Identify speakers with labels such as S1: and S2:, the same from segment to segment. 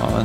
S1: Ja,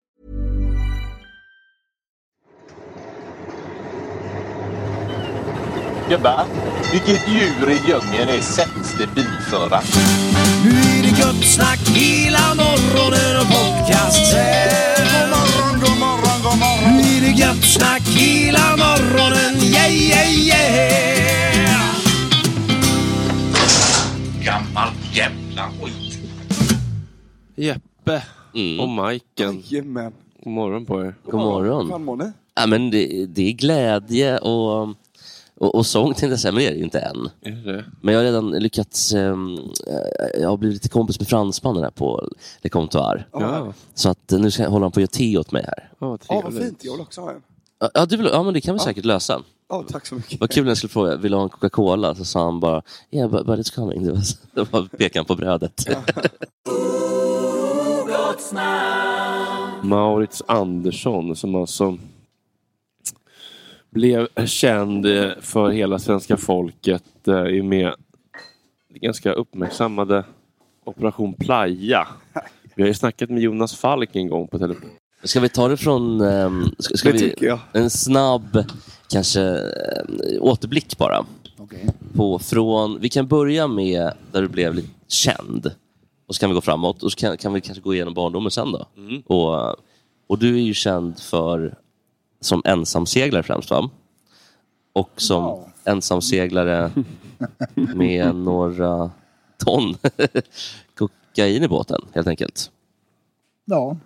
S2: Gubbar, vilket djur i djungeln är sämst i bilföra?
S3: Nu är det gött snack hela morgonen och podcast sen. God morgon, god morgon, god morgon. Nu är det gött snack hela morgonen, yeah, yeah, yeah.
S2: Gammal jävla skit.
S4: Jeppe och Majken.
S3: Jajamän.
S4: God morgon på er. Mm. God morgon.
S3: mår ni?
S4: Ja, men det, det är glädje och, och, och sång tänkte jag säga, men det är det ju inte än. Men jag har redan lyckats, ehm, eh, jag har blivit lite kompis med fransmannen här på Le Comptoir.
S3: Ja.
S4: Så att eh, nu ska, håller han på att göra te åt mig här.
S3: Ja, vad fint. Jag vill också ha en.
S4: Ja, du vill, ja men det kan vi säkert lösa.
S5: Ja, tack så mycket.
S4: Vad kul när jag skulle fråga, vill du ha en Coca-Cola? Så sa han bara, yeah, but, but it's coming. Det var, det var pekan på brödet.
S1: Maurits Andersson som alltså blev känd eh, för hela svenska folket eh, i och med det ganska uppmärksammade Operation Playa. Vi har ju snackat med Jonas Falk en gång på telefon.
S4: Ska vi ta det från... ehm, Ska, ska
S1: Det
S4: vi,
S1: tycker jag.
S4: En snabb kanske eh, återblick bara. På, från, vi kan börja med där du blev lite känd. Och så kan vi gå framåt och så kan, kan vi kanske gå igenom barndomen sen då.
S1: Mm.
S4: Och, och du är ju känd för som ensamseglare främst va? Och som ensamseglare med några ton kokain i båten helt enkelt.
S6: Ja.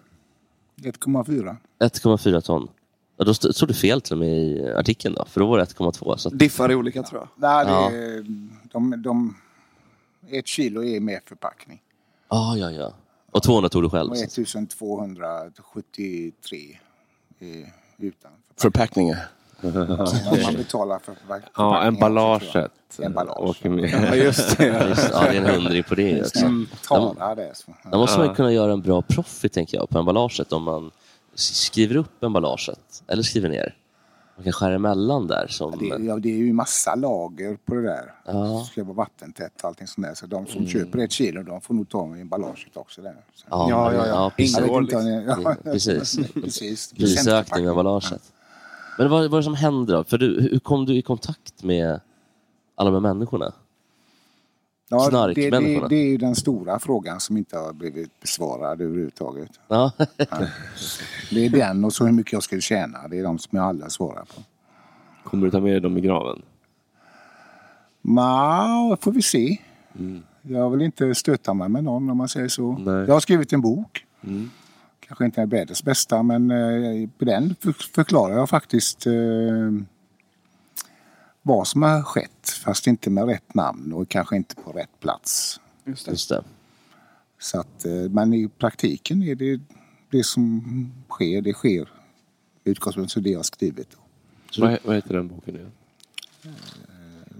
S6: 1,4.
S4: 1,4 ton. Ja, då st- stod det fel till och med i artikeln då, för då var det 1,2. Så att...
S5: Diffar är olika tror jag.
S6: Nej, det
S4: Ja.
S6: är, de, de, ett kilo är med förpackning.
S4: Ah, ja, ja. Och 200 tog du själv.
S6: Och 1273 är utan.
S5: Förpackningar.
S6: Om man betalar för förpackning.
S1: Ja, emballaget. Åker med.
S6: Ja, just det.
S4: Just, ja, det är en hundring på det också.
S6: Mm, tala,
S4: Där-
S6: det är så.
S4: Där måste man ju
S6: Ja.
S4: kunna göra en bra profit, tänker jag, på emballaget om man s- skriver upp emballaget, eller skriver ner. Man kan skära emellan där. Som...
S6: Det, är- ja, det är ju massa lager på det där.
S4: Ja.
S6: Det ska vara vattentätt och allting sånt där. Så de som
S4: Mm.
S6: köper ett kilo, de får nog ta med emballaget också. Där. Så.
S4: Ja, Ja, ja, ja. ja, precis.
S6: Jag vet inte om ni-
S4: Ja, precis.
S6: precis.
S4: Prisökning med emballaget. Men vad vad är det som händer då? För du, hur kom du i kontakt med alla de här människorna?
S6: Ja, det, det,
S4: Snarkmänniskorna.
S6: det är ju den stora frågan som inte har blivit besvarad överhuvudtaget.
S4: Ja.
S6: Det är den och så hur mycket jag skulle tjäna. Det är de som jag aldrig svarar på.
S1: Kommer du ta med dig dem i graven?
S6: Nja, får vi se.
S1: Mm.
S6: Jag vill inte stöta mig med någon om man säger så. Jag har skrivit en bok.
S1: Mm.
S6: Kanske inte är världens bästa men eh, på den för- förklarar jag faktiskt eh, vad som har skett. Fast inte med rätt namn och kanske inte på rätt plats.
S5: Just
S4: det.
S6: Så att, eh, men i praktiken är det det som sker, det sker. Utgångspunkt för det jag har skrivit.
S1: Vad, vad heter den boken igen?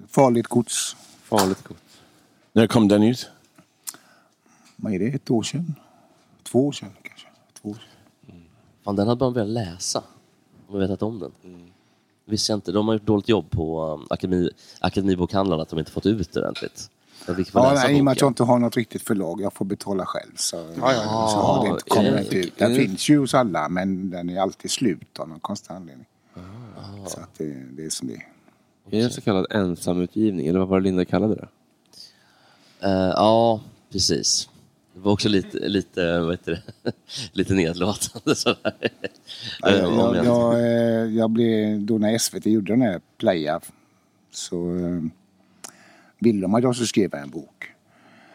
S6: Farligt gods.
S1: Farligt gods.
S5: När kom den ut?
S6: Vad är det? Ett år sedan? Två år sedan kanske? Två år sedan.
S4: Fan, den hade man velat läsa om man vetat om den.
S1: Mm.
S4: Visste jag inte. De har gjort dåligt jobb på um, akademi, Akademibokhandlarna att de inte fått ut det ordentligt. Jag fick få
S6: Ja,
S4: läsa
S6: nej, i och med att jag
S4: boken.
S6: inte har något riktigt förlag. Jag får betala själv. Så,
S4: Ja, ja, ja.
S6: så har det inte
S4: Ja,
S6: kommit
S4: är det-
S6: ut. Den
S4: är det-
S6: finns ju hos alla men den är alltid slut av någon konstig anledning. Så att det, det är som det är.
S1: Är det så kallad ensamutgivning? Eller vad var det Linda kallade det?
S4: Eh, ja, precis. Det var också lite, lite, vad heter det? lite nedlåtande sådär.
S6: Ja,
S4: Eh, om
S6: Jag,
S4: jag-
S6: jag, jag, eh, jag blev, då när SVT gjorde den här playa så eh, ville de att jag skulle skriva en bok.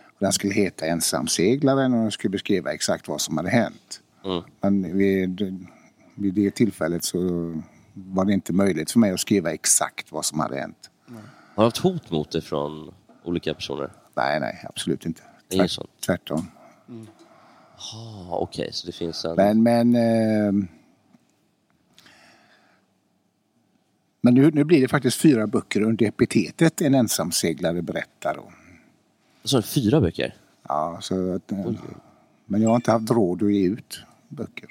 S6: Och Den skulle heta Ensamseglaren och den skulle beskriva exakt vad som hade hänt. Men vid, vid det tillfället så var det inte möjligt för mig att skriva exakt vad som hade hänt.
S4: Har du haft hot mot dig från olika personer?
S6: Nej, nej, absolut inte.
S4: Inget sånt?
S6: Tvärtom.
S4: Mm. Ah, Okej, så det finns en...
S6: Men, men... ehm, men nu, nu blir det faktiskt fyra böcker under epitetet En ensamseglare berättar. Då.
S4: Så fyra böcker?
S6: Ja, så att, eh, men jag har inte haft råd att ge ut böcker.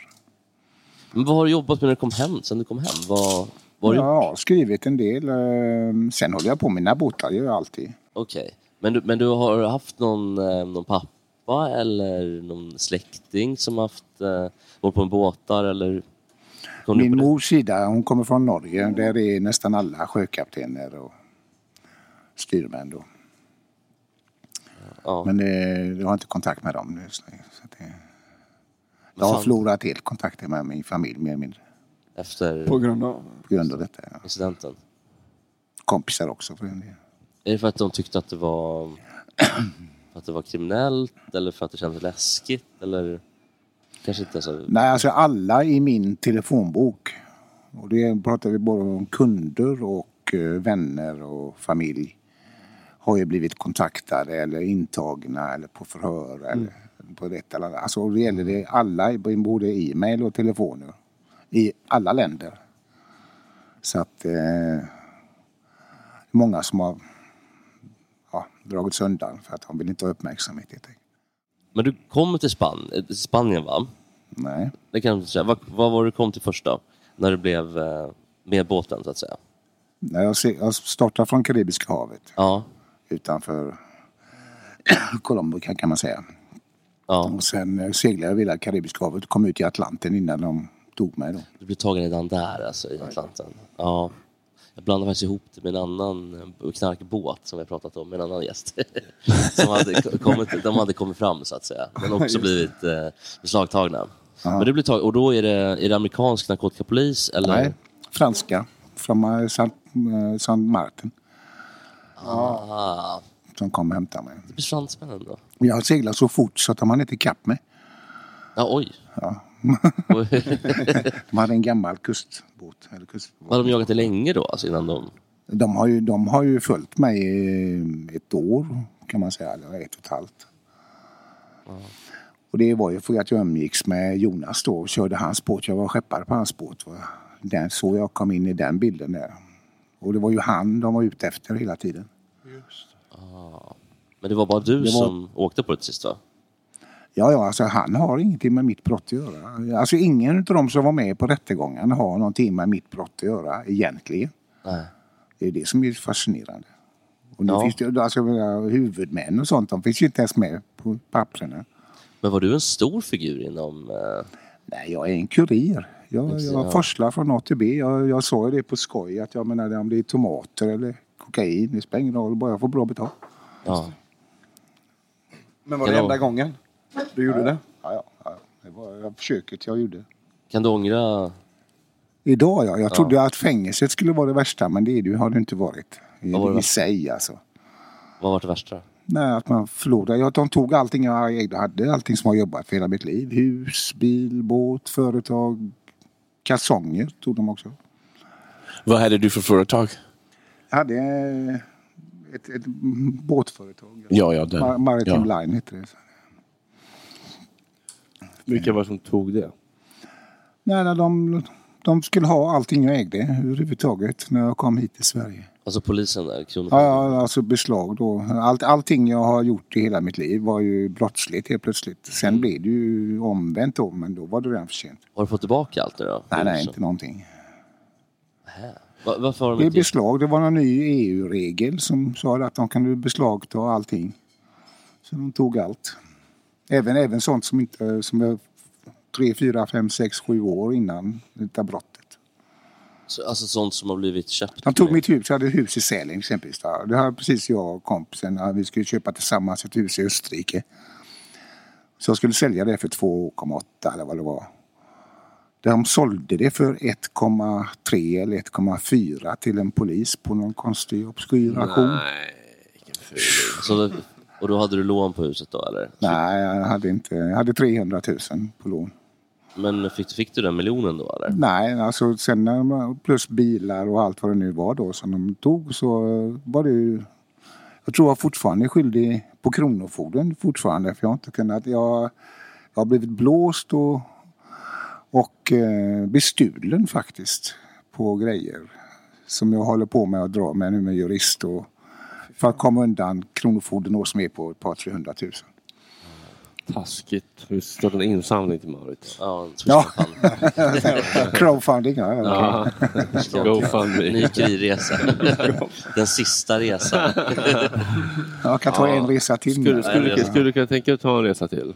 S4: Men vad har du jobbat med när du kom hem? Sen du kom hem? Vad, vad har du
S6: jag har skrivit en del. eh, Sen håller jag på med mina båtar, det gör jag alltid.
S4: Okej. Men, du, men du har haft någon, eh, någon pappa eller någon släkting som haft eh, varit på en båtar eller? Kom du
S6: Min
S4: på det?
S6: mors sida, hon kommer från Norge. Där är nästan alla sjökaptener och styrmän. Då. Men eh, jag har inte kontakt med dem nu. Så att det... Jag har
S4: fan.
S6: förlorat helt kontakten med min familj mer eller mindre.
S4: Efter
S5: På grund av?
S6: På grund av detta. Ja.
S4: incidenten?
S6: Kompisar också för en del.
S4: Är det för att de tyckte att det var, för att det var kriminellt eller för att det kändes läskigt eller? Kanske inte så.
S6: Nej, alltså alla i min telefonbok. Och det pratar vi både om kunder och eh, vänner och familj. Har ju blivit kontaktade eller intagna eller på förhör eller på ett eller annat. Alltså det gäller det alla, både e-mail och telefoner. I alla länder. Så att eh, många som har ja, dragits undan för att de vill inte ha uppmärksamhet helt enkelt.
S4: Men du kommer till Span eh, Spanien va?
S6: Nej.
S4: Det kan jag inte säga. Vad, vad var du kom till först då? När du blev eh, med båten så att säga?
S6: Nej, jag, ser, jag startar från Karibiska havet.
S4: Ja.
S6: Utanför Colombo kan, kan man säga. Och sen eh, seglade jag via Karibiska havet och kom ut i Atlanten innan de tog mig då.
S4: Du blev tagen redan där alltså i Atlanten. Ja. Jag blandade faktiskt ihop det med en annan eh, knarkbåt som vi har pratat om med en annan gäst. som hade k- kommit, de hade kommit fram så att säga. Men
S7: Just
S4: också
S7: det.
S4: blivit eh, beslagtagna.
S6: Ja.
S4: Men du blev tagen, och då är det, är det amerikansk narkotikapolis eller?
S6: Nej, franska. Från eh, Saint, eh, Saint Martin.
S4: Ah.
S6: Som kom och hämtade mig.
S4: Det blir fransmännen då?
S6: Jag seglade så fort så att de hann inte ikapp mig.
S4: Ja, oj.
S6: Ja.
S4: Oj.
S6: de hade en gammal kustbåt. Eller kust...
S4: Har de jagat dig länge då? Alltså innan de...
S6: de, har ju, de har ju följt mig eh, ett år kan man säga. Eller ett och ett halvt. Och det var ju för att jag umgicks med Jonas då och körde hans båt. Jag var skeppare på hans båt. va. Den, så jag kom in i den bilden där. Och det var ju han de var ute efter hela tiden.
S4: Ah. Men det var bara du
S6: Det var-
S4: som åkte på det sist va?
S6: Ja, ja, alltså han har ingenting med mitt brott att göra. Alltså ingen av dem som var med på rättegången har någonting med mitt brott att göra egentligen.
S4: Nej.
S6: Det är det som är fascinerande. Och nu
S4: Ja.
S6: finns det, alltså, jag menar, huvudmän och sånt, de finns ju inte ens med på papperna.
S4: Men var du en stor figur inom... Eh...
S6: Nej, jag är en kurir. Jag,
S4: Precis,
S6: jag
S4: ja.
S6: forslar från A till B. Jag, jag sa ju det på skoj att jag menar om det är tomater eller kokain, det spelar ingen roll, bara jag får bra betalt.
S4: Ja.
S8: Men var det
S4: Hello.
S8: enda gången du gjorde det?
S6: Ja, ja, ja. Det var försöket jag gjorde.
S4: Kan du ångra...
S6: Idag ja. Jag
S4: Ja.
S6: trodde att fängelset skulle vara det värsta men det är det, ju- har det inte varit. I,
S4: Vad var det
S6: i
S4: värsta?
S6: sig alltså.
S4: Vad var det värsta?
S6: Nej, att man förlorar. Ja, de tog allting jag ägde och hade, allting som jag jobbat för hela mitt liv. Hus, bil, båt, företag, kalsonger tog de också.
S5: Vad hade du för företag?
S6: Jag hade eh, ett, ett båtföretag.
S5: Ja, ja, den.
S6: Mar- Maritime
S5: ja.
S6: Line heter det.
S1: Vilka var det som tog det?
S6: Nej, nej, de, de skulle ha allting jag ägde överhuvudtaget när jag kom hit till Sverige.
S4: Alltså polisen där,
S6: Ja,
S4: kronofogden?
S6: ja, alltså beslag då. Allt, allting jag har gjort i hela mitt liv var ju brottsligt helt plötsligt. Sen blev det ju omvänt då, men då var det redan för sent.
S4: Mm. Har du fått tillbaka allt det då?
S6: Nej, nej,
S4: Så-
S6: inte någonting.
S4: Nähä. Va- Varför har de
S6: Det är
S4: inte...
S6: beslag. Det var någon ny EU-regel som sa att de kunde beslagta allting. Så de tog allt. Även, även sånt som inte, som var tre, fyra, fem, sex, sju år innan detta brott.
S4: Så- Alltså sånt som har blivit köpt?
S6: De tog mitt hus, jag hade ett hus i Sälen exempelvis. där. Det här precis jag och kompisen, ja, vi skulle köpa tillsammans ett hus i Österrike. Så jag skulle sälja det för 2,8 eller vad det var. De sålde det för 1,3 eller 1,4 till en polis på någon konstig obskyr auktion.
S4: Nej, vilken ful. Så då- Och då hade du lån på huset då eller?
S6: Nej, jag hade, inte, jag hade 300 000 på lån.
S4: Men fick, fick du den miljonen då eller?
S6: Nej, alltså sen när de- plus bilar och allt vad det nu var då som de tog så eh, var det ju... Jag tror jag fortfarande är skyldig på Kronofogden fortfarande för jag har inte kunnat... Jag, jag har blivit blåst och, och eh, bestulen faktiskt på grejer som jag håller på med att dra med nu med jurist och för att komma undan Kronofogden då som är på ett par 300 000.
S1: Taskigt. Vi startar en insamling till Marit.
S4: Ja, en
S6: Ja. Crowdfunding, ja. ja.
S4: Förstår.
S1: GoFundMe.
S4: Ny kurirresa. Den sista resan.
S6: Jag kan ta en resa till.
S1: Skulle,
S6: Ja,
S1: skulle,
S6: ja.
S1: skulle du kunna tänka dig att ta en resa till?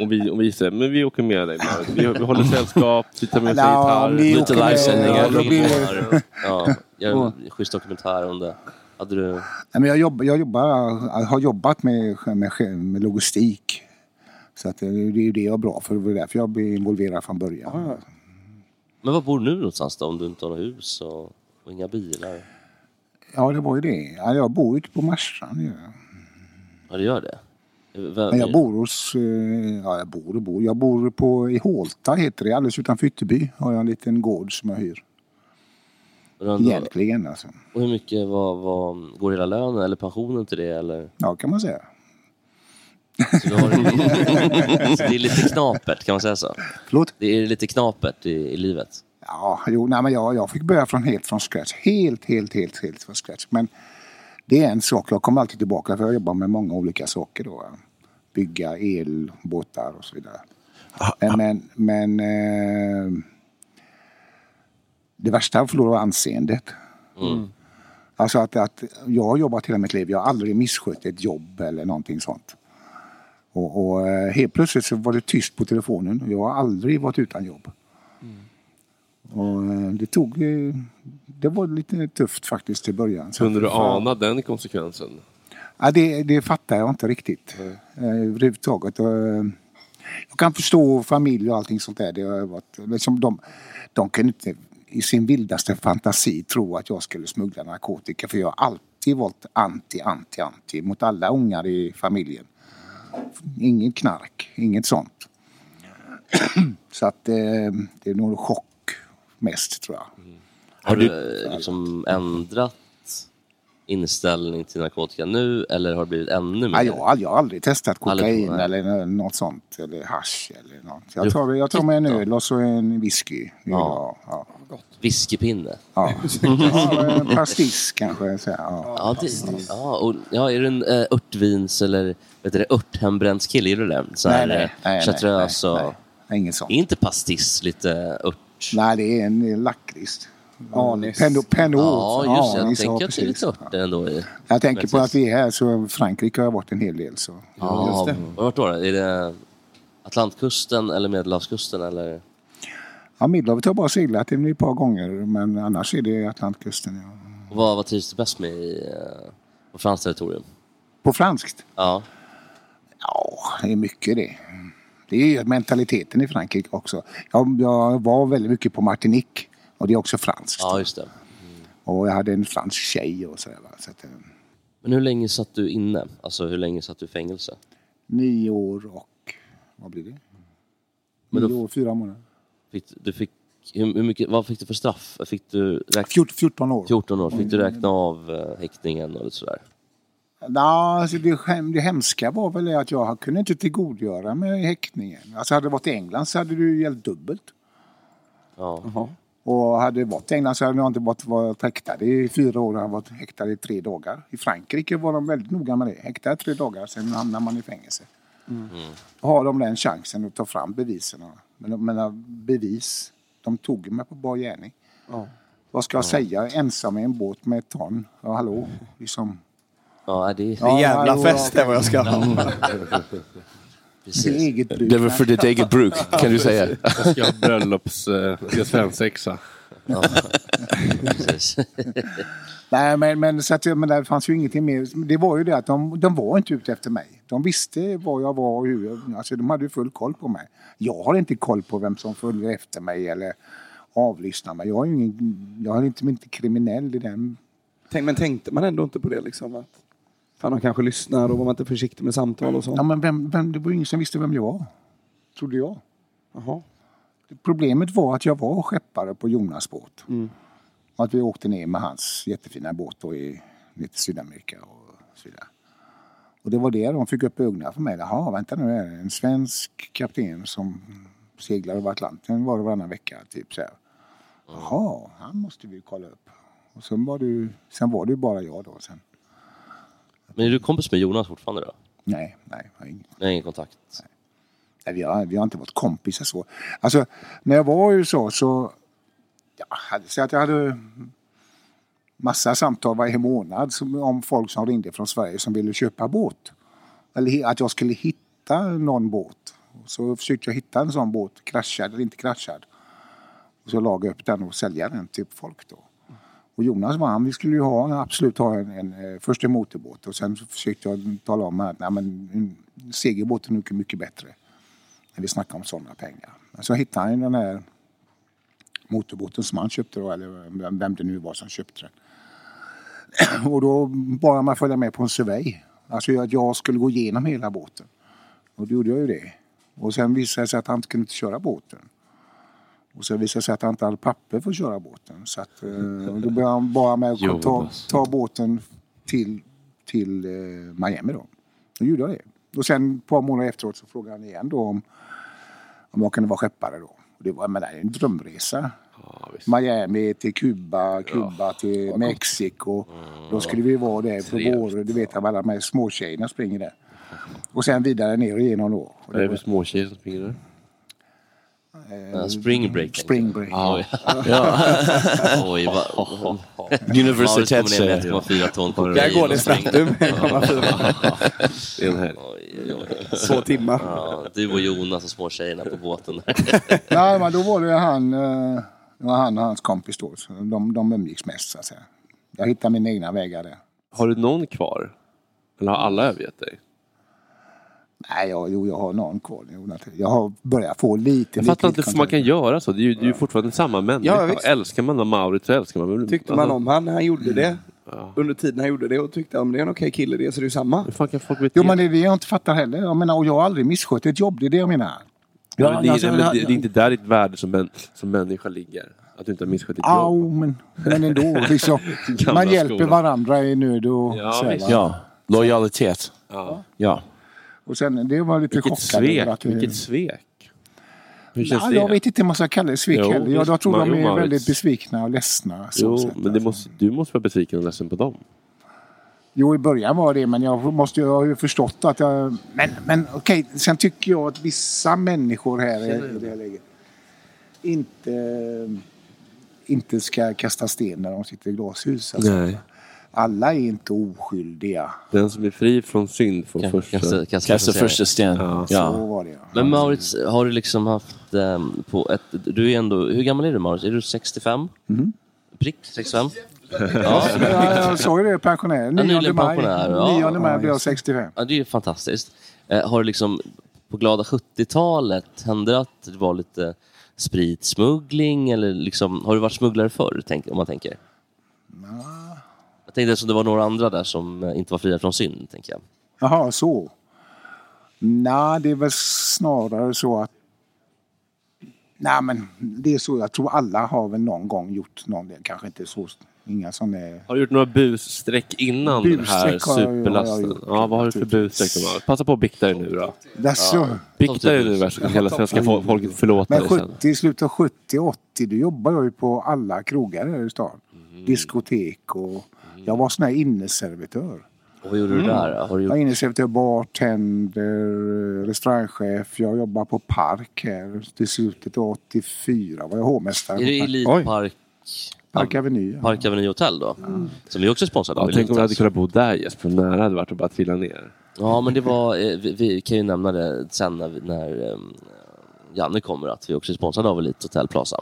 S1: Om vi, om vi säger, men vi åker med dig Marit. Vi, vi håller sällskap, vi tar med oss en
S6: Ja,
S1: gitarr.
S6: om ni Lite åker med- livesändningar. ja, då blir det-
S4: Ja, gör en schysst dokumentär om det. Hade du...
S6: Nej, men jag, jobb, jag, jobbar, jag har jobbat med, med, med logistik. Så att det, det är ju det jag är bra för. Det var därför jag blev involverad från början.
S4: Men var bor du nu någonstans då? Om du inte har något hus och, och inga bilar?
S6: Ja, det var ju det. Ja, jag bor ute på Marstrand. ju.
S4: Ja, det gör det. Vem-
S6: Men jag bor hos... eh, Ja, jag bor och bor. Jag bor på, i Hålta heter det. Alldeles utanför Ytterby har jag en liten gård som jag hyr. Egentligen alltså.
S4: Och hur mycket var, var, går hela lönen eller pensionen till det? Eller?
S6: Ja, kan man säga.
S4: Så, du har, så det är lite knapert, kan man säga så?
S6: Förlåt?
S4: Det är lite knapert i, i livet.
S6: Ja, jo, nej, men jag, jag fick börja från helt från scratch. Helt, helt, helt, helt från scratch. Men det är en sak, jag kommer alltid tillbaka för jag jobbar med många olika saker då. Bygga elbåtar och så vidare. Men, men, men eh, det värsta jag förlorade var anseendet. Alltså att, att jag har jobbat hela mitt liv, jag har aldrig misskött ett jobb eller någonting sånt. Och, och eh, helt plötsligt så var det tyst på telefonen och jag har aldrig varit utan jobb. Och eh, det tog, eh, det var lite tufft faktiskt i början. Så
S1: Kunde du
S6: att- för-
S1: ana den konsekvensen?
S6: Ja, det, det fattar jag inte riktigt eh, överhuvudtaget. Och, eh, Jag kan förstå familj och allting sånt där. Det har varit, liksom de, de kan inte i sin vildaste fantasi tro att jag skulle smuggla narkotika för jag har alltid varit anti, anti, anti mot alla ungar i familjen. Inget knark, inget sånt. Så att eh, det är nog chock mest tror jag.
S4: Har du eh, liksom ändrat inställning till narkotika nu eller har det blivit ännu mer?
S6: Nej, jag, har aldrig- jag har aldrig testat
S4: Aldrig
S6: kokain
S4: provat.
S6: eller nå- något sånt. Eller hasch eller något.
S4: Jo.
S6: Jag tar, jag tar med en öl och så en whisky. Ja. Ja.
S4: Whiskypinne?
S6: Ja. ja. en Pastis kanske. Så, här, ja.
S4: Ja, det, ja, och, ja, är du en eh, örtvins eller vet du, det, örthembrännskille? Gillar du det? Så
S6: Nej,
S4: här,
S6: nej,
S4: eh,
S6: nej, nej,
S4: chartreuse
S6: nej,
S4: och...
S6: nej. Inget sånt.
S4: Är inte pastis lite ört?
S6: Nej, det är en det är lakrits. Anis. Penot. Penot.
S4: Ja, just det. Jag
S6: Anis, ja,
S4: tänker att det är
S6: precis.
S4: lite örter ändå i.
S6: Jag tänker på
S4: precis.
S6: att vi är här så Frankrike har jag varit en hel del. Så.
S4: Ja, vart då? Är det Atlantkusten eller Medelhavskusten eller?
S6: ja, Medelhavet har jag bara seglat en ett par gånger men annars är det Atlantkusten. Ja.
S4: Och vad, vad trivs du bäst med i, eh, på franskt territorium?
S6: På franskt?
S4: Ja.
S6: Det är mycket det. Det är ju mentaliteten i Frankrike också. Jag, jag var väldigt mycket på Martinique och det är också franskt.
S4: ja, just det. Mm.
S6: Och jag hade en fransk tjej och sådär. va. Så att, eh,
S4: Men hur länge satt du inne? Alltså hur länge satt du i fängelse?
S6: nio år och vad blir det?
S4: Men då-
S6: Nio år, fyra månader.
S4: Fick, du fick, hur, hur mycket, vad fick du för straff? Fick du räkna,
S6: 14 år. Mm.
S4: 14 år. Fick du räkna av eh, häktningen och sådär?
S6: Nå, alltså det, skäm- det hemska var väl att jag kunde inte tillgodogöra mig häktningen. Alltså hade det varit i England så hade det ju gällt dubbelt.
S4: Ja.
S6: Och hade det varit i England så hade jag inte varit, varit häktad i fyra år. Jag hade varit häktad i tre dagar. I Frankrike var de väldigt noga med det. Häktad i tre dagar, sen hamnar man i fängelse. Mm. Har de den chansen att ta fram bevisen? då? Men jag menar, bevis. De tog mig på bar gärning. Vad ska jag
S4: Ja.
S6: säga? Ensam i en båt med ett ton. Ja, hallå? Liksom.
S4: Ja, det är...
S6: Ja, En jävla hallå, fest ja. är vad jag ska
S2: mm,
S6: ha.
S4: Precis.
S6: Till eget bruk.
S5: Det var för ditt eget bruk, kan du säga.
S1: Jag ska ha bröllops... eh, Jag ska svensexa.
S6: Nej, men, men, så att, jag- men det fanns ju ingenting mer. Det var ju det att de, de var inte ute efter mig. De visste var jag var och hur jag, alltså, De hade ju full koll på mig. Jag har inte koll på vem som följer efter mig eller avlyssnar mig. Jag är ju ingen, jag är inte, inte kriminell i den.
S8: Tänk, men tänkte man ändå inte på det liksom? Att fan, de kanske lyssnar och var man inte försiktig med samtal och sånt?
S6: Ja, men vem, vem, det var ju ingen som visste vem jag var. Trodde jag.
S8: Jaha.
S6: Problemet var att jag var skeppare på Jonas båt. Och att vi åkte ner med hans jättefina båt då i, ner till Sydamerika och så vidare. Och det var det de fick upp ögonen för mig. Jaha, vänta nu, är det en svensk kapten som seglar över Atlanten var och varannan vecka. Typ så här. Jaha, han måste vi kolla upp. Och sen var det ju sen var det ju bara jag då. Sen.
S4: Men är du kompis med Jonas fortfarande då?
S6: Nej, nej, jag har ingen
S4: Ni har ingen kontakt?
S6: Nej, vi, har, vi har inte varit kompisar så. Alltså, när jag var i USA så... Ja, hade, så att jag hade massa samtal varje månad som, om folk som ringde från Sverige som ville köpa båt. Eller he- att jag skulle hitta någon båt. Så försökte jag hitta en sån båt, kraschad eller inte kraschad. Och så laga upp den och sälja den till folk då. Och Jonas var han, vi skulle ju ha, absolut ha en, en, eh, först en motorbåt och sen så försökte jag tala om att nej, men, en segelbåt är mycket, mycket bättre. När vi snackar om sådana pengar. Men så hittade han den här motorbåten som han köpte då, eller vem- vem det nu var som köpte den. Och då bara man följa med på en survey. Alltså att jag skulle gå igenom hela båten. Och då gjorde jag ju det. Och sen visade det sig att han inte kunde köra båten. Och sen visade det sig att han inte hade papper för att köra båten. Så att, eh, då började han bara med att ta,
S1: Jonas.
S6: ta båten till, till eh, Miami då. Då gjorde jag det. Och sen ett par månader efteråt så frågade han igen då om, om jag kunde vara skeppare då. Och det var men det här är en drömresa. Miami till Kuba, Kuba till Mexiko.
S8: Mm.
S6: Då skulle vi vara där på
S1: Trevligt.
S6: våren. Du vet att alla de här småtjejerna springer där. Och sen vidare ner igenom då. Och
S1: Vad är det för småtjejer som springer där?
S4: Ja, spring break.
S6: Spring break.
S4: Ja.
S6: Ja.
S4: Oj, vad...
S6: Universal
S4: Maurits kommer ner med
S6: Tetsu.
S4: 1,4 ton kommer
S8: Där
S4: igenom
S8: går det snabbt
S4: strängen.
S8: du med 1,4.
S1: Det är en helg.
S8: Två timmar.
S4: Ja, du och Jonas och småtjejerna på båten.
S6: Nej, men då var det han, eh, det var han och hans kompis då. Så De, de umgicks mest så att säga. Jag hittade mina egna vägar där.
S1: Har du någon kvar? Eller har alla övergett dig?
S6: Nej, jag, jo, jag har någon kvar. Jo, naturligtvis. Jag har börjat få lite,
S1: Jag
S6: lite,
S1: fattar
S6: lite
S1: inte hur man kan göra så. Det är ju, det är ju fortfarande samma
S8: Ja,
S1: människa.
S8: visst.
S1: älskar man då Maurits så älskar man väl-
S8: Tyckte man
S1: alltså-
S8: om han när han
S6: Mm.
S8: gjorde det? Under tiden han gjorde det och tyckte om det är en okej kille det så det är ju samma. Hur
S1: fan kan folk
S6: Jo, men det är det jag inte fattar heller. Jag menar, och jag har aldrig misskött ett jobb. Det är det jag menar.
S1: Ja,
S6: Ja,
S1: men det,
S6: alltså,
S1: men det, det,
S6: jag-
S1: är inte där ditt värde som, män, som människa ligger. Att du inte har misskött ditt jobb.
S6: Au, men, men ändå. Liksom,
S1: Gamla
S6: man hjälper
S1: skolan.
S6: varandra i nöd och
S1: Ja,
S6: så här,
S1: visst.
S6: va?
S5: Ja, lojalitet.
S1: Ja.
S5: Ja.
S6: Och sen, det var lite
S1: Vilket
S6: chockad
S1: svek.
S6: över att...
S1: Vilket svek. Hur känns
S6: Ja,
S1: det?
S6: jag vet inte om man ska kalla det svek
S1: Jo,
S6: heller. Jag, jag
S1: visst,
S6: tror
S1: man-
S6: de
S1: jo,
S6: är
S1: Maurits.
S6: väldigt besvikna och ledsna. Så
S1: jo,
S6: sett.
S1: men
S4: alltså.
S1: det måste, du måste vara besviken och ledsen på dem.
S6: Jo, i början var det men jag, måste, jag har ju förstått att jag... Men, men okej, sen tycker jag att vissa människor här i det här läget inte, inte ska kasta sten när de sitter i glashus. Alltså.
S1: Nej.
S6: Alla är inte oskyldiga.
S1: Den som är fri från synd får första...
S4: kasta- kasta Kasta första första sten. sten.
S1: Ja.
S4: Ja.
S6: Så var det ja.
S4: Men Maurits, har du liksom haft ehm, på ett... Du är ändå... Hur gammal är du Maurits? Är du 65? Prick 65?
S6: Mhm. Ja. Jag, jag såg ju det, pensionär. 9
S4: nyligen
S6: maj,
S4: pensionär, ja.
S6: 9 maj
S4: Ja,
S6: blir jag
S4: just.
S6: 65.
S4: Ja, det är ju fantastiskt. Eh, har du liksom på glada 70-talet, hände det att det var lite spritsmuggling eller liksom, har du varit smugglare förr tänk, om man tänker? Jag tänkte som det var några andra där som eh, inte var fria från synd, tänker jag.
S6: Jaha, så. Nej, det är väl snarare så att... Nej, men det är så. Jag tror alla har väl någon gång gjort någon. Det kanske inte så... Inga som är...
S1: Har du gjort några busstreck innan den här
S6: Busstreck har jag- har jag
S1: superlasten?
S6: gjort,
S1: Ja, vad har du för busstreck? då, Maurits? Passa på att bikta dig nu då.
S6: That's so.
S1: Bikta dig nu, vars- hela svenska fol- folket förlåter
S6: Men
S1: dig sen.
S6: 70, i slutet av 70, 80, då jobbade jag ju på alla krogar här i stan. Diskotek och... Jag var sån här inneservitör.
S4: Och vad gjorde du
S6: Mm.
S4: där? då? Har du
S6: Jag var
S4: gjort...
S6: inneservitör, bartender, eh, restaurangchef. Jag jobbade på park här till slutet av 84. var jag hovmästare.
S4: Är
S6: på
S4: det
S6: park.
S4: Elite Park,
S6: Park Avenue.
S4: Park Avenue Hotel då? Som vi också är sponsrade
S1: Ja,
S4: av.
S1: tänk om
S4: Elite
S1: du hade
S4: Hotel.
S1: kunnat bo där Jesper, hur nära det hade varit att bara trilla ner.
S4: Ja, men det var, eh, vi, vi kan ju nämna det sen när, vi- när eh, Janne kommer, att vi också är sponsrade av Elite Hotel Plaza.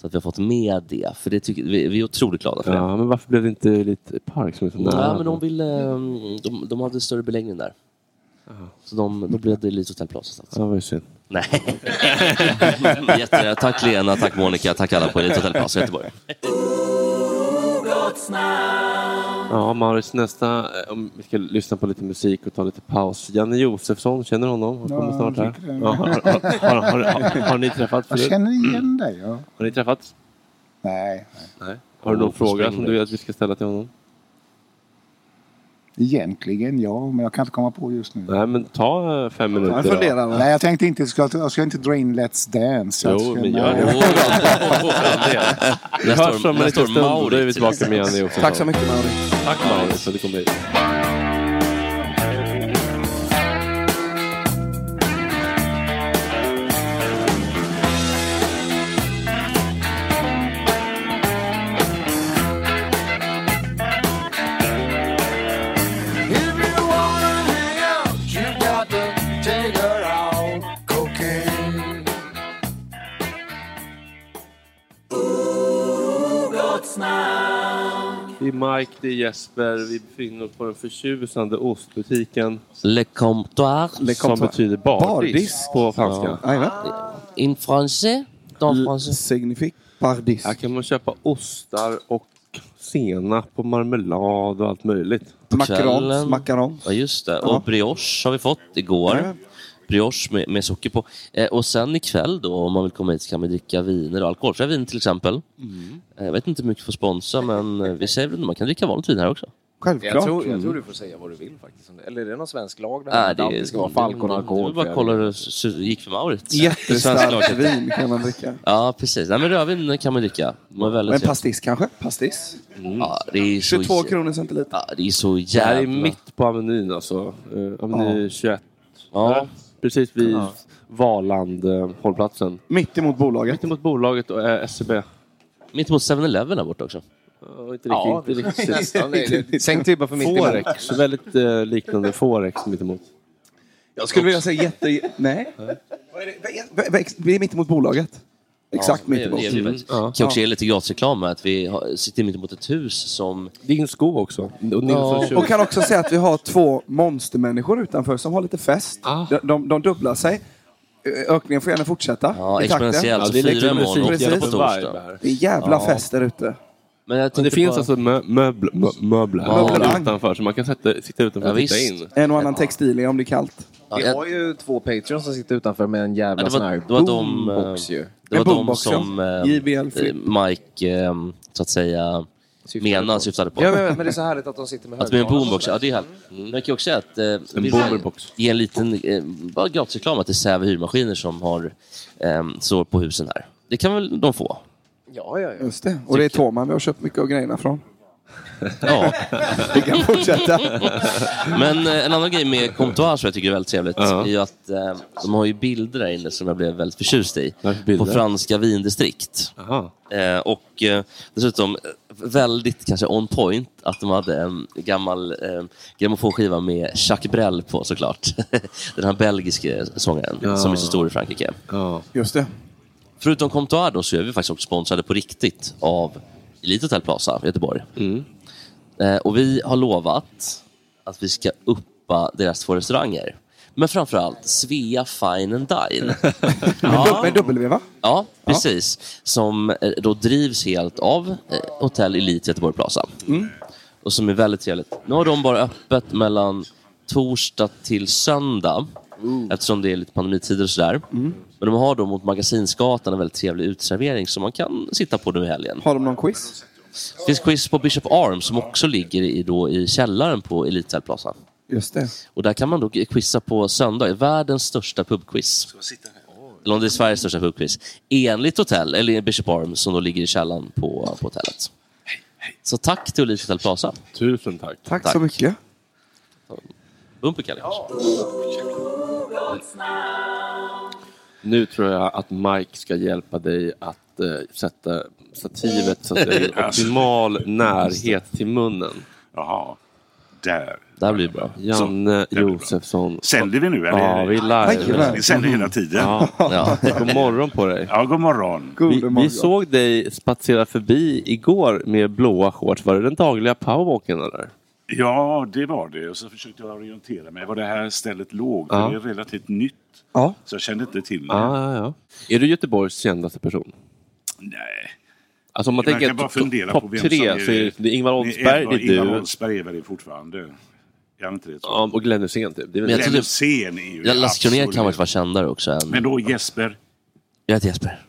S4: Så att vi har fått med det, för det tycker, vi, vi är otroligt glada för det.
S1: Ja, men varför blev det inte lite park som är så
S4: Nej,
S1: nära?
S4: men de, ville, eh, de, de hade större beläggning där. Så de, då blev det Elite Hotel Plaza. istället.
S1: Ja, det var ju synd.
S4: Nej. Jätte, tack Lena, tack Monica, tack alla på Elite Hotel Plaza i Göteborg.
S1: Ja, Maurits, nästa, eh, om vi ska lyssna på lite musik och ta lite paus. Janne Josefsson, känner du honom? Han kommer
S6: Ja,
S1: snart här.
S6: sitter där.
S1: Ja, har, har, har, har, har ni träffat
S6: Jag
S1: förut?
S6: känner igen dig. Ja.
S1: Har ni träffats?
S6: Nej.
S1: Nej. Har du någon
S6: Åh,
S1: fråga
S6: spring
S1: som
S6: dig.
S1: du vill att vi ska ställa till honom?
S6: Egentligen ja, men jag kan inte komma på just nu.
S1: Nej, men ta eh, fem minuter. då.
S6: Nej, jag tänkte inte, jag ska, jag ska inte dra in Let's Dance.
S1: Jo,
S6: Jag ska-
S1: men gör det.
S6: nej.
S1: Vi
S6: Nästa
S1: hörs
S6: år-
S1: om en
S6: nästa
S1: liten
S6: år
S1: stund och då är vi
S6: Maurits.
S1: tillbaka med Janne Josefsson.
S8: Tack så mycket Maurits.
S1: Tack Maurits, för att du kom hit.
S3: If you wanna hang out, you got to take her out. Cocaine. Ooh, gott snack.
S1: Det är Mike, det är Jesper. Vi befinner oss på den förtjusande ostbutiken.
S4: Le comptoir.
S1: Le Comptoir. Som betyder bardisk på franska.
S4: Ja. Eh, In français, dans français.
S8: Signifik pardis.
S1: Här kan man köpa ostar och senap och marmelad och allt möjligt.
S4: Kvällen. Ja, just det. Och brioche har vi fått igår. Brioche med, med socker på. Eh, och sen ikväll då, om man vill komma hit, så kan man dricka viner. och Alkoholfria vin till exempel. Eh, jag vet inte hur mycket vi får sponsra, men eh, vi säger väl att man kan dricka vanligt vin här också.
S8: Självklart.
S7: Jag tror, jag
S8: Mm.
S7: tror du får säga vad du vill faktiskt. om det. Eller är det någon svensk lag?
S1: Äh,
S4: Nej, det,
S7: det alltid ska vara
S4: det-
S7: Falcon och
S4: det
S7: alkohol.
S4: är bara kolla hur det s- gick för Maurits.
S8: Jättestarkt vin kan man dricka.
S4: Ja, precis. Nej, men rödvin kan man dricka. Man är väldigt Mm.
S8: Men pastiss kanske? Pastiss?
S4: Ja, det är så
S8: 22 kronor centiliter.
S4: Ja, det är så
S1: Det här är
S4: jävla-
S1: mitt på Avenyn alltså. Eh, Aveny
S8: Ja.
S1: 21.
S4: Ja.
S1: Precis vid
S4: Ja.
S1: Valand eh, hållplatsen.
S8: Mitt emot bolaget.
S1: Mitt emot bolaget och eh, SEB.
S4: Mitt emot 7-Eleven där borta också.
S1: inte riktigt.
S7: Ja,
S1: inte riktigt.
S7: nästan. Det är- det- Sänk ribban för mitt i
S1: Forex.
S7: märk.
S1: Väldigt eh, liknande Forex mitt emot.
S8: Jag skulle vilja säga jätte... Nej. Vad är det? Vad- vad- Vi är mitt emot bolaget. Exakt
S4: Ja,
S8: mitt emot.
S4: det är- det är-
S1: Mm.
S8: Ja.
S4: Kan också ge lite gratisreklam här, att vi har, sitter mitt emot ett hus som...
S1: Det är en skog också.
S8: Ja. Och kan också säga att vi har två monstermänniskor utanför som har lite fest.
S1: Ah.
S8: De, de, de dubblar sig. Ö- Ökningen får gärna fortsätta.
S4: Ja,
S8: i takten.
S4: exponentiellt. Ja, det är Fyra lite imorgon och
S8: Precis.
S4: åtta på torsdag.
S8: Det är jävla
S4: Ja.
S8: fest där ute.
S4: Men jag
S1: Men det
S4: tänkte
S1: finns
S4: på-
S1: alltså mö möbler, mö möbler
S8: Ja. Möbler.
S1: utanför, så man kan sätta, sitta utanför och titta in.
S8: En och annan textil om det är kallt.
S7: Vi har ju två Patreons som sitter utanför med en jävla
S4: Ja,
S7: sån
S4: det,
S7: här
S4: var, det var de,
S7: boombox
S4: eh,
S7: ju.
S4: det var de som eh,
S7: JBL Flip.
S4: eh, Mike, eh, så att säga, menar syftade på.
S7: Ja, men, men det är så härligt att de sitter med
S4: Att med en
S7: högtalare.
S4: boombox, ja det är härligt. Men jag kan ju också säga att... Eh, vi-
S7: boomerbox.
S4: Ge en liten, eh, bara gratisreklam att det är Säve hyrmaskiner som har eh, så på husen här. Det kan väl de få?
S7: Ja, ja, ja.
S8: Just det. Och det är Toman vi har köpt mycket av grejerna från.
S4: Ja.
S8: Vi kan fortsätta.
S4: Men eh, en annan grej med comptoir som jag tycker är väldigt trevligt är ju att eh, de har ju bilder där inne som jag blev väldigt förtjust i. På franska vindistrikt. Eh, och eh, dessutom eh, väldigt kanske on point att de hade en gammal eh, grammofonskiva med Jacques Brel på såklart. Den här belgiske sångaren
S8: Ja.
S4: som är så stor i Frankrike.
S8: Just det.
S4: Förutom Comptoir då så är vi faktiskt också sponsrade på riktigt av Elite Hotel Plaza i Göteborg. Eh, och vi har lovat att vi ska uppa deras två restauranger. Men framförallt Svea Fine and Dine. ja.
S8: Med W va?
S4: Ja, precis. Som eh, då drivs helt av eh, Hotell Elite Göteborg Plaza. Och som är väldigt trevligt. Nu har de bara öppet mellan torsdag till söndag. Eftersom det är lite pandemitider och sådär. Men de har då mot Magasinsgatan en väldigt trevlig utservering som man kan sitta på nu i helgen.
S8: Har de någon quiz?
S4: Det finns quiz på Bishop Arms som också ligger i, då, i källaren på Elite Hotel Plaza.
S8: Just det.
S4: Och där kan man då quizza på söndag. Världens största pubquiz. Eller om det är Sveriges största pubquiz. Enligt hotell, eller Bishop Arms som då ligger i källaren på, på hotellet. Så tack till Ulrika Hotel Plaza.
S1: Tusen tack.
S8: Tack, så mycket.
S4: Bumper Kalle kanske?
S1: Nu tror jag att Mike ska hjälpa dig att eh, sätta stativet så att det är i optimal närhet till munnen.
S2: Jaha. Där.
S4: Det här blir bra.
S1: Janne Josefsson.
S2: Sänder vi nu? Eller?
S1: Ja, vi är live.
S2: Vi sänder hela tiden.
S1: Ja. God morgon på dig.
S2: Ja, god morgon.
S1: Vi, vi såg dig spatsera förbi igår med blåa shorts. Var det den dagliga powerwalken eller?
S2: Ja, det var det. Och så försökte jag orientera mig var det här stället låg.
S1: Ja.
S2: för Det är relativt nytt.
S1: Ja.
S2: Så jag kände inte till det.
S1: Ah, ja, ja. Är du Göteborgs kändaste person?
S2: Nej.
S1: Alltså om man
S2: Jag
S1: tänker
S2: kan bara
S1: to-
S2: fundera
S1: topp
S2: på vem
S1: tre
S2: som
S1: så är det Ingvar Oldsberg, det är
S2: Ingvar
S1: du.
S2: Oldsberg är väl det fortfarande. Är han inte det?
S1: Ja, och Glenn Hysén typ. Det är väl-
S4: Men jag
S2: Glenn
S4: tycker-
S2: Hysén är ju
S4: Ja, Lasse Kronér
S2: absolut-
S4: kan väl vara kändare också. Än...
S2: Men då Jesper.
S4: Jag heter Jesper.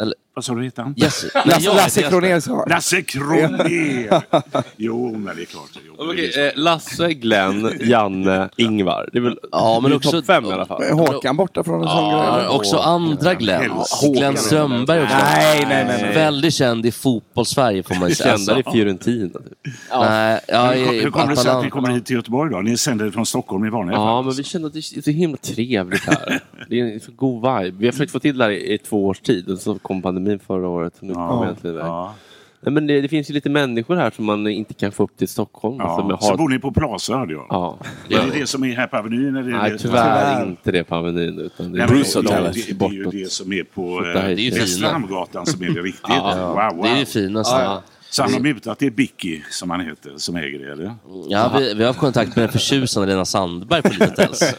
S4: Eller...
S2: Vad sa du hette han?
S4: Yes. Nej, jag heter Jesper.
S2: Lasse Kronér! jo, men det är klart. Jo, men det
S1: Okej, eh, Lasse, Glenn, Janne, Ingvar. Det är väl ja, men också, topp fem i alla fall.
S8: Håkan borta från en sån
S4: Ja, också andra Glenn.
S1: Helsike.
S4: Glenn Strömberg också.
S1: Nej, nej, nej, nej.
S4: Väldigt känd i fotbollssverige får man ju säga.
S1: Kändare i Fiorentina. typ.
S4: Nej, ja,
S2: hur, kom-
S4: i-
S2: hur kommer det sig att
S4: Atalanta.
S2: vi kommer hit till Göteborg då? Ni sänder från Stockholm i vanliga fall?
S1: Ja, men vi känner att det är så himla trevligt här. Det är en så god vibe. Vi har försökt få till det här i, i två års tid och så kom pandemin förra året. Och nu
S2: Ja,
S1: kom vi äntligen iväg.
S2: ja.
S1: Nej, men det, det finns ju lite människor här som man inte kan få upp till Stockholm.
S2: Ja,
S1: Alltså, men
S2: Så bor ni på Plaza hörde jag.
S1: Ja.
S2: Är det det som är här på Avenyn? Eller är
S1: Nej,
S2: det...
S1: tyvärr inte det på Avenyn. Utan det
S2: Nej,
S1: är
S2: men det,
S1: Bruce
S2: är- det, är-
S1: Hotel.
S2: det, är ju det som är på
S1: Så där är det ju
S2: eh,
S1: fina.
S2: Västhamngatan som är det riktigt.
S4: Ja,
S2: wow, wow.
S4: det är det finaste.
S2: Ja, ja. Så han har
S4: Det-
S2: mutat, det är Bicky som han heter, som äger det eller?
S4: Ja, vi, vi har haft kontakt med den förtjusande Lena Sandberg på Litet Hotels.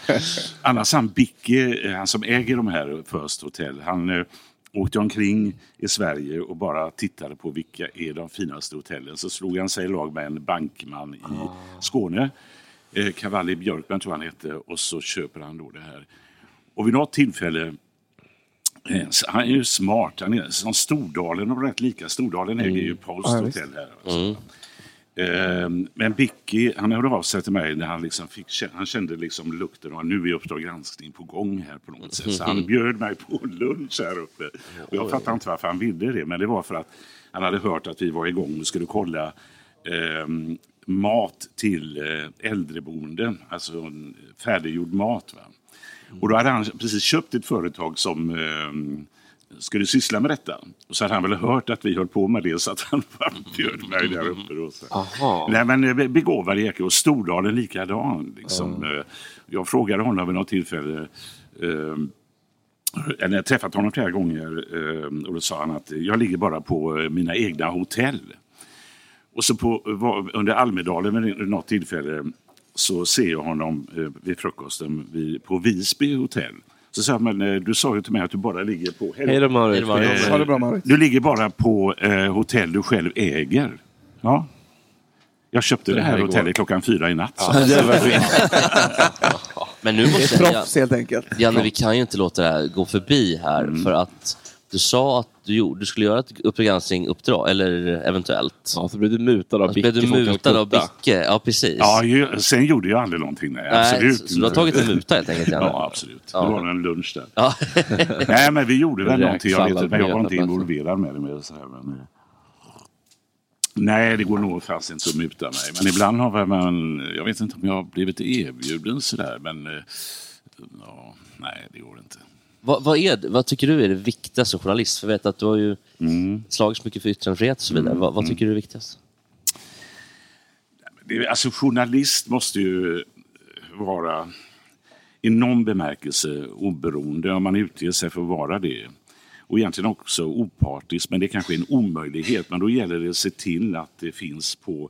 S2: Annars han Bicke, eh, han som äger de här First Hotel, han eh, åkte omkring i Sverige och bara tittade på vilka är de finaste hotellen. Så slog han sig i lag med en bankman i
S4: Ah.
S2: Skåne, eh, Cavalli Björkman tror jag han hette, och så köper han då det här. Och vid något tillfälle eh, så Han är ju smart, han är som Stordalen, de är rätt lika. Stordalen äger ju Post
S1: Ja, visst.
S2: Hotel här. alltså. Ehm, Men Bicky, han hörde av sig till mig när han, liksom fick, kä- han kände liksom lukten av nu är Uppdrag granskning på gång här på något sätt. Så han bjöd mig på lunch här uppe. Och jag fattar inte varför han ville det, men det var för att han hade hört att vi var igång och skulle kolla ehm, mat till eh, äldreboenden, alltså en färdiggjord mat. Va? Och då hade han precis köpt ett företag som ehm, skulle syssla med detta. Och så hade han väl hört att vi höll på med det så att han bara bjöd mig där uppe. Då, så. Nej, men eh, be- begåvad jäkel. Och Stordalen likadan. Liksom. Eh, Jag frågade honom vid något tillfälle ehm, eller jag har träffat honom flera gånger eh, och då sa han att jag ligger bara på eh, mina egna hotell. Och så på, eh, var- under Almedalen vid något tillfälle så ser jag honom eh, vid frukosten vid, på Visby hotell. Så sa jag, men eh, du sa ju till mig att du bara ligger på...
S1: Hej då, Marit. Hej då, Marit.
S2: Eh,
S1: Ha det bra, Marit.
S2: Du ligger bara på eh, hotell du själv äger. Ja. Jag köpte det
S1: Det här
S2: här
S1: igår.
S2: hotellet klockan fyra i natt.
S4: Ja,
S2: sa han.
S4: det var fint. Men nu måste jag-
S8: helt enkelt. Mm.
S4: Janne, vi kan ju inte låta det här gå förbi här. För att du sa att du, gjorde, du skulle göra ett Uppdrag granskning-uppdrag, eller eventuellt.
S1: Ja, så blev du mutad av
S4: Blev du
S1: Bicke mot en
S4: mutad av
S1: kudda.
S4: Bicke, ja precis.
S2: Ja, ju, sen gjorde jag aldrig någonting. Nej,
S4: Nej,
S2: absolut.
S4: så- så du har tagit en muta helt enkelt, Janne?
S2: Ja, absolut.
S4: Ja.
S2: Det var en lunch där. Nej, men vi gjorde väl
S1: Räksallad
S2: någonting. Jag vet inte, men jag var
S1: med
S2: inte involverad med det. Med så här, men... Nej, det går nog fast inte så muta mig. Men ibland har väl man... Jag vet inte om jag har blivit erbjuden sådär, men... eh, Ja, nej, det går inte.
S4: Vad, vad, är, det- vad tycker du är det viktigaste som journalist? För jag vet att du har ju slagits mycket för yttrandefrihet och så vidare. Vad, vad tycker du är viktigast?
S2: Det, är- alltså journalist måste ju vara i någon bemärkelse oberoende om man utger sig för att vara det. Och egentligen också opartisk, men det är kanske är en omöjlighet. Men då gäller det att se till att det finns på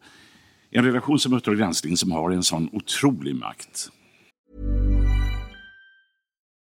S2: en redaktion som Uppdrag granskning som har en sån otrolig makt.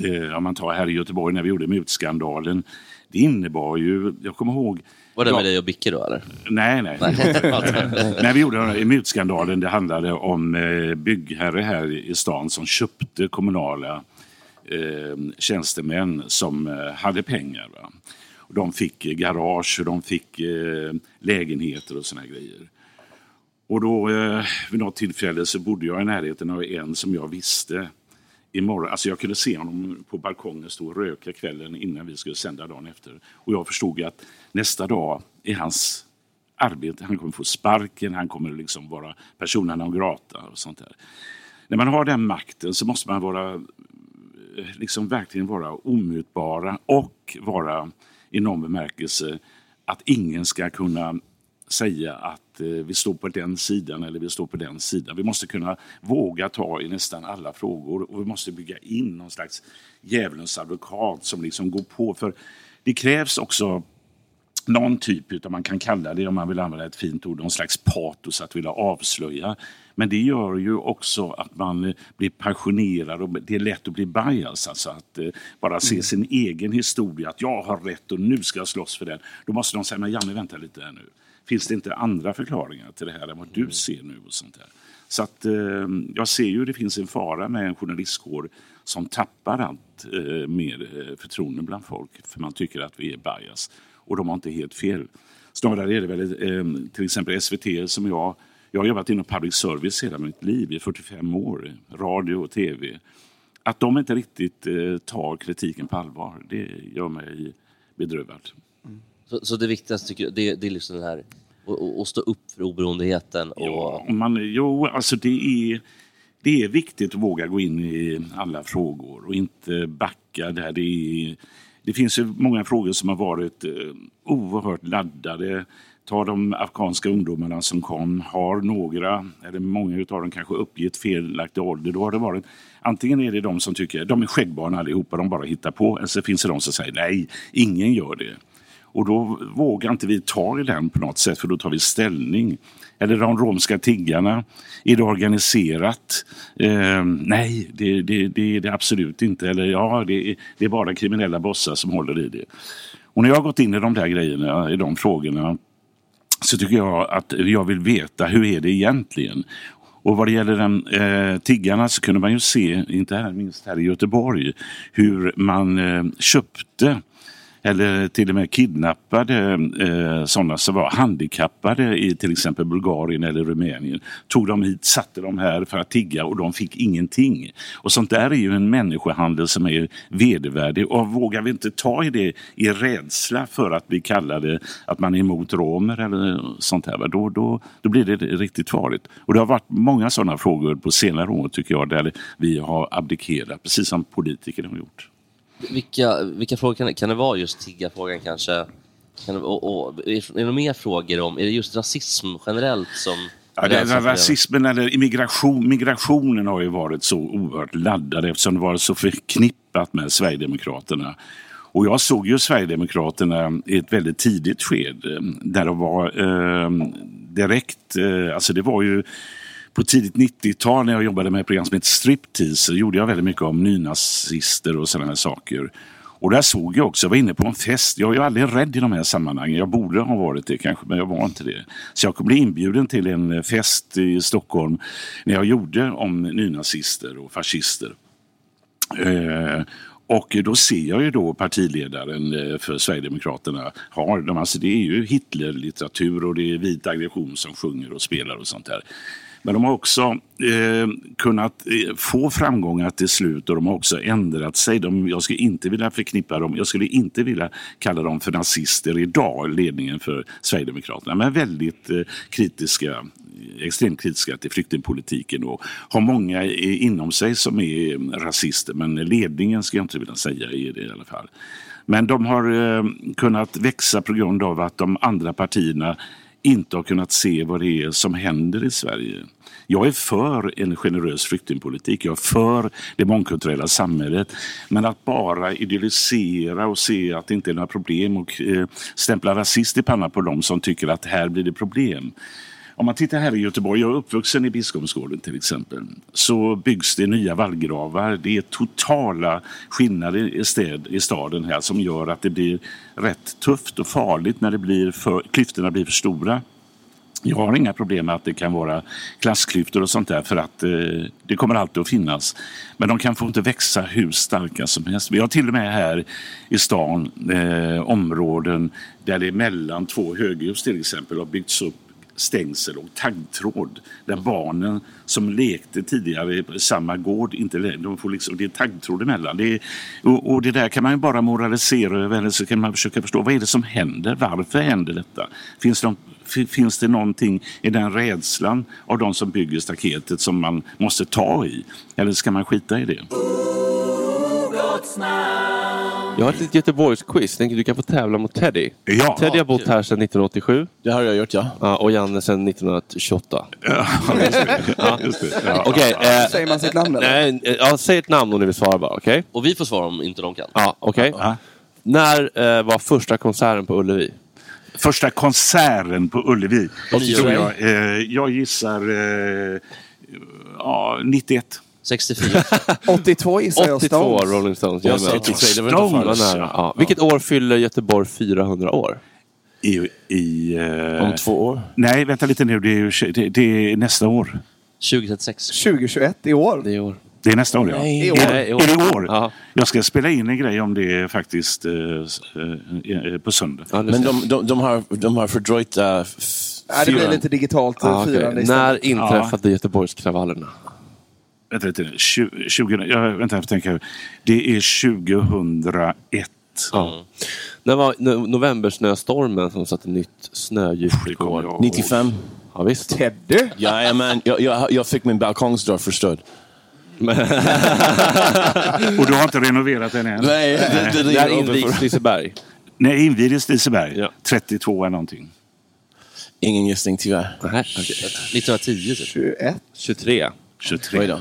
S2: Eh, om man tar här i Göteborg när vi gjorde mutskandalen. Det innebar ju, jag kommer ihåg...
S4: Var alltså. det
S2: Ja.
S4: med dig och Bicke då eller?
S2: Nej, nej.
S4: Nej.
S2: När vi gjorde mutskandalen, det handlade om eh, byggherre här i stan som köpte kommunala eh, tjänstemän som eh, hade pengar. Va? Och de fick eh, garage och de fick eh, lägenheter och såna här grejer. Och då eh, vid något tillfälle så bodde jag i närheten av en som jag visste imorgon. Alltså jag kunde se honom på balkongen stå och röka kvällen innan vi skulle sända dagen efter. Och jag förstod att nästa dag är hans arbete, han kommer få sparken, han kommer liksom vara personen non grata och sånt där. När man har den makten så måste man vara, eh, liksom verkligen vara omutbara och vara i någon bemärkelse att ingen ska kunna säga att eh, vi står på den sidan eller vi står på den sidan. Vi måste kunna våga ta i nästan alla frågor och vi måste bygga in någon slags djävulens advokat som liksom går på. För det krävs också någon typ utav, man kan kalla det om man vill använda ett fint ord, någon slags patos att vilja avslöja. Men det gör ju också att man eh, blir passionerad och det är lätt att bli bias. Alltså att eh, bara se
S9: Mm.
S2: sin egen historia, att jag har rätt och nu ska jag slåss för den. Då måste de säga, men Janne vänta lite här nu. Finns det inte andra förklaringar till det här än vad du ser nu? och sånt där? Så att eh, jag ser ju det finns en fara med en journalistkår som tappar allt eh, mer eh, förtroende bland folk för man tycker att vi är bias. Och de har inte helt fel. Snarare är det väl eh, till exempel SVT som jag jag har jobbat inom public service hela mitt liv, i 45 år, radio och tv. Att de inte riktigt eh, tar kritiken på allvar, det gör mig bedrövad.
S4: Mm. Så, så det viktigaste tycker jag, det, det är liksom den här, och- och och stå upp för oberoendeheten. Och,
S2: Ja, man, jo, alltså det är, det är viktigt att våga gå in i alla frågor och inte backa där det är... Det finns ju många frågor som har varit eh, oerhört laddade. Ta de afghanska ungdomarna som kom. Har några, eller många utav dem kanske uppgett felaktig ålder. Då har det varit, antingen är det de som tycker de är skäggbarn allihopa, de bara hittar på. Eller så finns det de som säger nej, ingen gör det. Och då vågar inte vi ta i den på något sätt, för då tar vi ställning. Eller de romska tiggarna, är det organiserat? Eh, nej, det, det, det är det absolut inte. Eller ja, det, är- det är bara kriminella bossar som håller i det. Och när jag har gått in i de där grejerna, i de frågorna, så tycker jag att jag vill veta hur är det egentligen? Och vad det gäller den, eh, tiggarna så kunde man ju se, inte här, minst här i Göteborg, hur man eh, köpte eller till och med kidnappade eh, sådana som var handikappade i till exempel Bulgarien eller Rumänien. Tog dem hit, satte dem här för att tigga och de fick ingenting. Och sånt där är ju en människohandel som är vedervärdig. Och vågar vi inte ta i det i rädsla för att bli kallade att man är emot romer eller sånt här, va, då, då, då blir det riktigt farligt. Och det har varit många sådana frågor på senare år tycker jag, där vi har abdikerat, precis som politiker har gjort.
S4: Vilka, vilka frågor kan det, kan det vara? Just tiggarfrågan kanske? Kan det, och, och, är det några mer frågor om, är det just rasism generellt som...
S2: Ja, det, det, rasismen eller immigration, migrationen har ju varit så oerhört laddad eftersom det var så förknippat med Sverigedemokraterna. Och jag såg ju Sverigedemokraterna i ett väldigt tidigt skede där de var eh, direkt, eh, alltså det var ju på tidigt 90-tal när jag jobbade med ett program som hette Striptease så gjorde jag väldigt mycket om nynazister och sådana här saker. Och där såg jag också, jag var inne på en fest, jag är ju aldrig rädd i de här sammanhangen. Jag borde ha varit det kanske, men jag var inte det. Så jag blev inbjuden till en eh, fest i Stockholm när jag gjorde om nynazister och fascister. Eh, och då ser jag ju då partiledaren eh, för Sverigedemokraterna har de, alltså det är ju Hitlerlitteratur och det är vit aggression som sjunger och spelar och sånt där. Men de har också eh, kunnat eh, få framgångar till slut och de har också ändrat sig. De, jag skulle inte vilja förknippa dem, jag skulle inte vilja kalla dem för nazister idag, ledningen för Sverigedemokraterna, men väldigt eh, kritiska extremt kritiska till flyktingpolitiken och har många i- inom sig som är eh, rasister, men ledningen ska jag inte vilja säga är det i alla fall. Men de har eh, kunnat växa på grund av att de andra partierna inte har kunnat se vad det är som händer i Sverige. Jag är för en generös flyktingpolitik, jag är för det mångkulturella samhället. Men att bara idealisera och se att det inte är några problem och eh, stämpla rasist i pannan på de som tycker att här blir det problem. Om man tittar här i Göteborg, jag är uppvuxen i Biskopsgården till exempel, så byggs det nya vallgravar. Det är totala skillnader i, städ, i staden här som gör att det blir rätt tufft och farligt när det blir för, klyftorna blir för stora. Jag har inga problem med att det kan vara klassklyftor och sånt där för att eh, det kommer alltid att finnas. Men de kan få inte växa hur starka som helst. Vi har till och med här i stan eh, områden där det är mellan två höghus till exempel har byggts upp stängsel och taggtråd där barnen som lekte tidigare på samma gård inte lä- de får liksom, det är taggtråd emellan. Det är, och, och det där kan man ju bara moralisera över eller så kan man försöka förstå vad är det som händer? Varför händer detta? Finns det någon F- Finns det någonting i den rädslan av de som bygger staketet som man måste ta i? Eller ska man skita i det?
S1: Jag har ett litet Göteborgsquiz. Tänker Du kan få tävla mot Teddy.
S2: Ja.
S1: Teddy har bott här sedan 1987.
S5: Det har jag gjort, ja.
S1: och Janne sedan 1928. Ja,
S2: just det. Ja.
S1: Okej, eh,
S8: Alltså, Säger man sitt namn eller?
S1: Nej, eh, ja, säg ett namn om ni vill svara bara. Okej?
S4: Och vi får svara om inte de kan.
S1: Ja, okej. När eh, var första konserten på Ullevi?
S2: första konserten på Ullevi.
S1: Och
S2: Och
S1: så
S2: tror jag,
S1: gör
S2: eh, jag gissar eh, ja, 91.
S4: 64.
S8: 82 gissar jag
S1: 82
S8: Stones.
S1: Rolling Stones.
S2: Jag
S1: jajamän.
S2: sa 83, det var inte
S1: Stones,
S2: falskt.
S1: var nära. Ja. Vilket år fyller Göteborg 400 år?
S2: I, i, eh,
S1: Om två år.
S2: Nej, vänta lite nu. Det är, ju tj- det, det är nästa år.
S4: 2036.
S8: 2021 i år.
S4: Det är år.
S2: Det är nästa år, ja.
S8: Nej, i
S2: Är,
S8: år.
S2: är det
S8: I
S2: i
S8: år.
S2: år? Jag ska spela in en grej om det faktiskt eh, s- eh, eh, på söndag.
S5: Men de, de, de, har, de har fördröjt... Uh,
S8: Nej, det blir lite digitalt
S2: Ah,
S8: ah,
S2: okej.
S8: firande istället.
S1: När inträffade Göteborgskravallerna?
S2: Vänta lite. nu. Tju- 20, jag, vänta, jag får tänka. Det är 2001.
S1: Ja. När var no- novembersnöstormen som satte nytt snödjup igår?
S5: 95.
S1: Ja, visst.
S8: Teddy?
S5: Jajamän, jag, jag, jag fick min balkongsdörr förstörd.
S2: Och du har inte renoverat den än?
S5: Nej, det- det- det- Där invigs
S1: Liseberg.
S2: Nej, invigdes Liseberg. 32 eller någonting.
S5: Ingen gissning tyvärr.
S4: 1910 typ.
S8: 21.
S1: 23.
S2: 23.
S5: Oj då.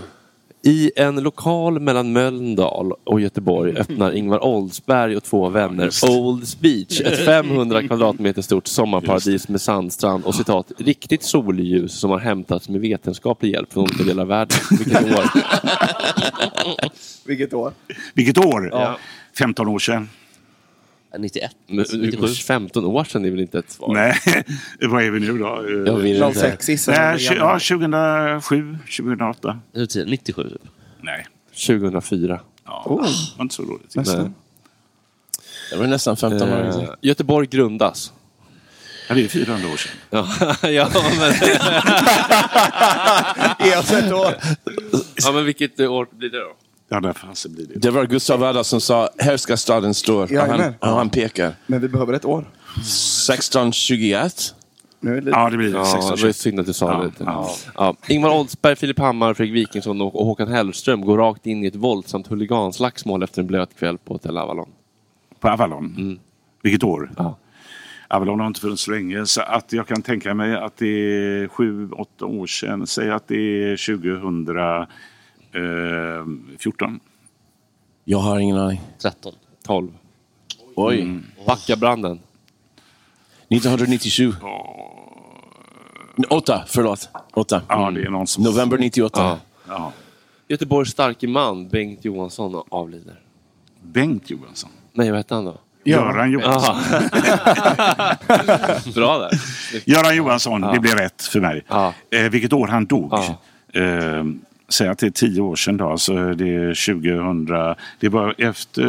S1: I en lokal mellan Mölndal och Göteborg öppnar Ingvar Oldsberg och två vänner Olds Beach, ett 500 kvadratmeter stort sommarparadis med sandstrand och citat riktigt solljus som har hämtats med vetenskaplig hjälp från olika delar av världen. Vilket år?
S8: Vilket år?
S2: Vilket år? 15 år sedan.
S4: 91.
S1: Men, 15 år sedan är väl inte ett svar?
S2: Nej, vad är vi nu då?
S1: Jag vet inte. 06 gissar jag.
S2: Nej, tju- Ja, 2007, 2008.
S4: 97 typ.
S2: Nej.
S1: 2004.
S2: Ja, oh. var inte så dåligt.
S1: Nästan.
S2: Nej.
S5: Det var nästan 15 år.
S1: Eh, Göteborg grundas.
S2: Ja, det är 400 år sedan.
S1: Ja, ja, men...
S8: Ersätt år.
S1: ja, men vilket år blir det då?
S2: Ja, där fanns det blir det.
S5: Det var Gustav Vasa som sa här ska staden stå. Och han,
S8: Jajamän.
S5: och han pekar.
S8: Men vi behöver ett år.
S5: 1621.
S8: Nu är det
S1: Ja, det blir det. 16, 20. Ja, ja. Ja. Ingvar Oldsberg, Filip Hammar, Fredrik Wikingsson och och Håkan Hellström går rakt in i ett våldsamt huliganslagsmål efter en blöt kväll på Hotell Avalon.
S2: På Avalon? Vilket år? Avalon har inte funnits så länge. Så att jag kan tänka mig att det är 7-8 år sedan. Säg att det eh, är 2014.
S5: Jag har ingen aning.
S4: 13.
S1: 12.
S5: Oj.
S1: Mm. Backabranden.
S5: 1997. 8, förlåt. 8.
S2: Ja, det är någon som...
S5: November 98.
S1: Ja.
S2: Ja.
S1: Göteborgs starke man, Bengt Johansson, avlider.
S2: Bengt Johansson?
S1: Nej, vad hette han då?
S2: Göran Johansson.
S1: Jaha. Bra där.
S2: Göran Johansson,
S1: Ja.
S2: det blev rätt för mig. Eh, vilket år han dog. Eh, Säg att det är tio år sedan då, så det är 2000. Det var efter,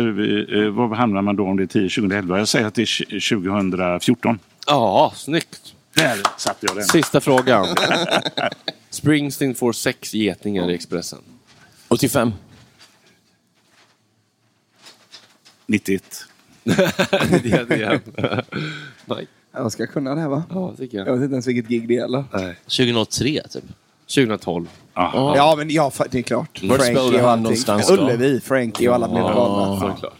S2: eh, var hamnar man då om det är 10, 2011? Jag säger att det är 2014.
S1: Ja, snyggt.
S2: Där satte jag den.
S1: Sista frågan. Springsteen får sex getingar i Expressen.
S5: 85.
S2: 91.
S1: det är det igen. Nej.
S8: Jag ska kunna det här va?
S1: Ja, tycker jag.
S8: Jag vet inte ens vilket gig det gäller.
S1: Nej.
S4: 2003 typ.
S1: 2012.
S8: Ja,
S1: Ja.
S8: men ja, fa- det är klart.
S1: Vart spelade
S8: Frankie och
S1: han
S8: allting.
S1: någonstans då?
S8: Ullevi, Frankie och alla blev
S1: Ja,
S8: galna.
S1: såklart.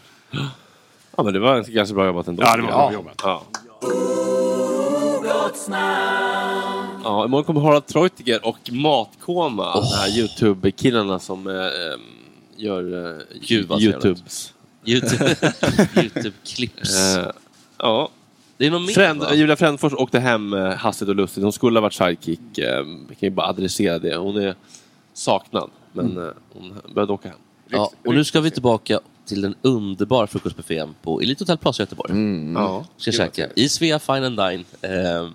S1: ja, men det var ganska bra jobbat ändå.
S2: Ja, det var bra
S1: Ja.
S2: jobbat.
S1: Ja. Ja, imorgon kommer Harald Treutiger och Matkoma, de här Youtube-killarna som eh, ehm, gör eh,
S4: Gud, vad trevligt.
S1: Youtubes.
S4: Youtube- Youtube-clips.
S1: Eh, ja.
S4: Det är någon mer,
S1: Fränd,
S4: va?
S1: Julia Frändfors åkte hem eh, hastigt och lustigt. Hon skulle ha varit sidekick. eh, Vi kan ju bara adressera det. Hon är saknad, men eh, hon behövde åka hem.
S4: Ja, och nu ska vi tillbaka till den underbara frukostbuffén på Elite Hotel Plaza i Göteborg.
S1: Ja.
S4: Ska
S1: Kul att
S4: käka i Svea Fine and Dine eh,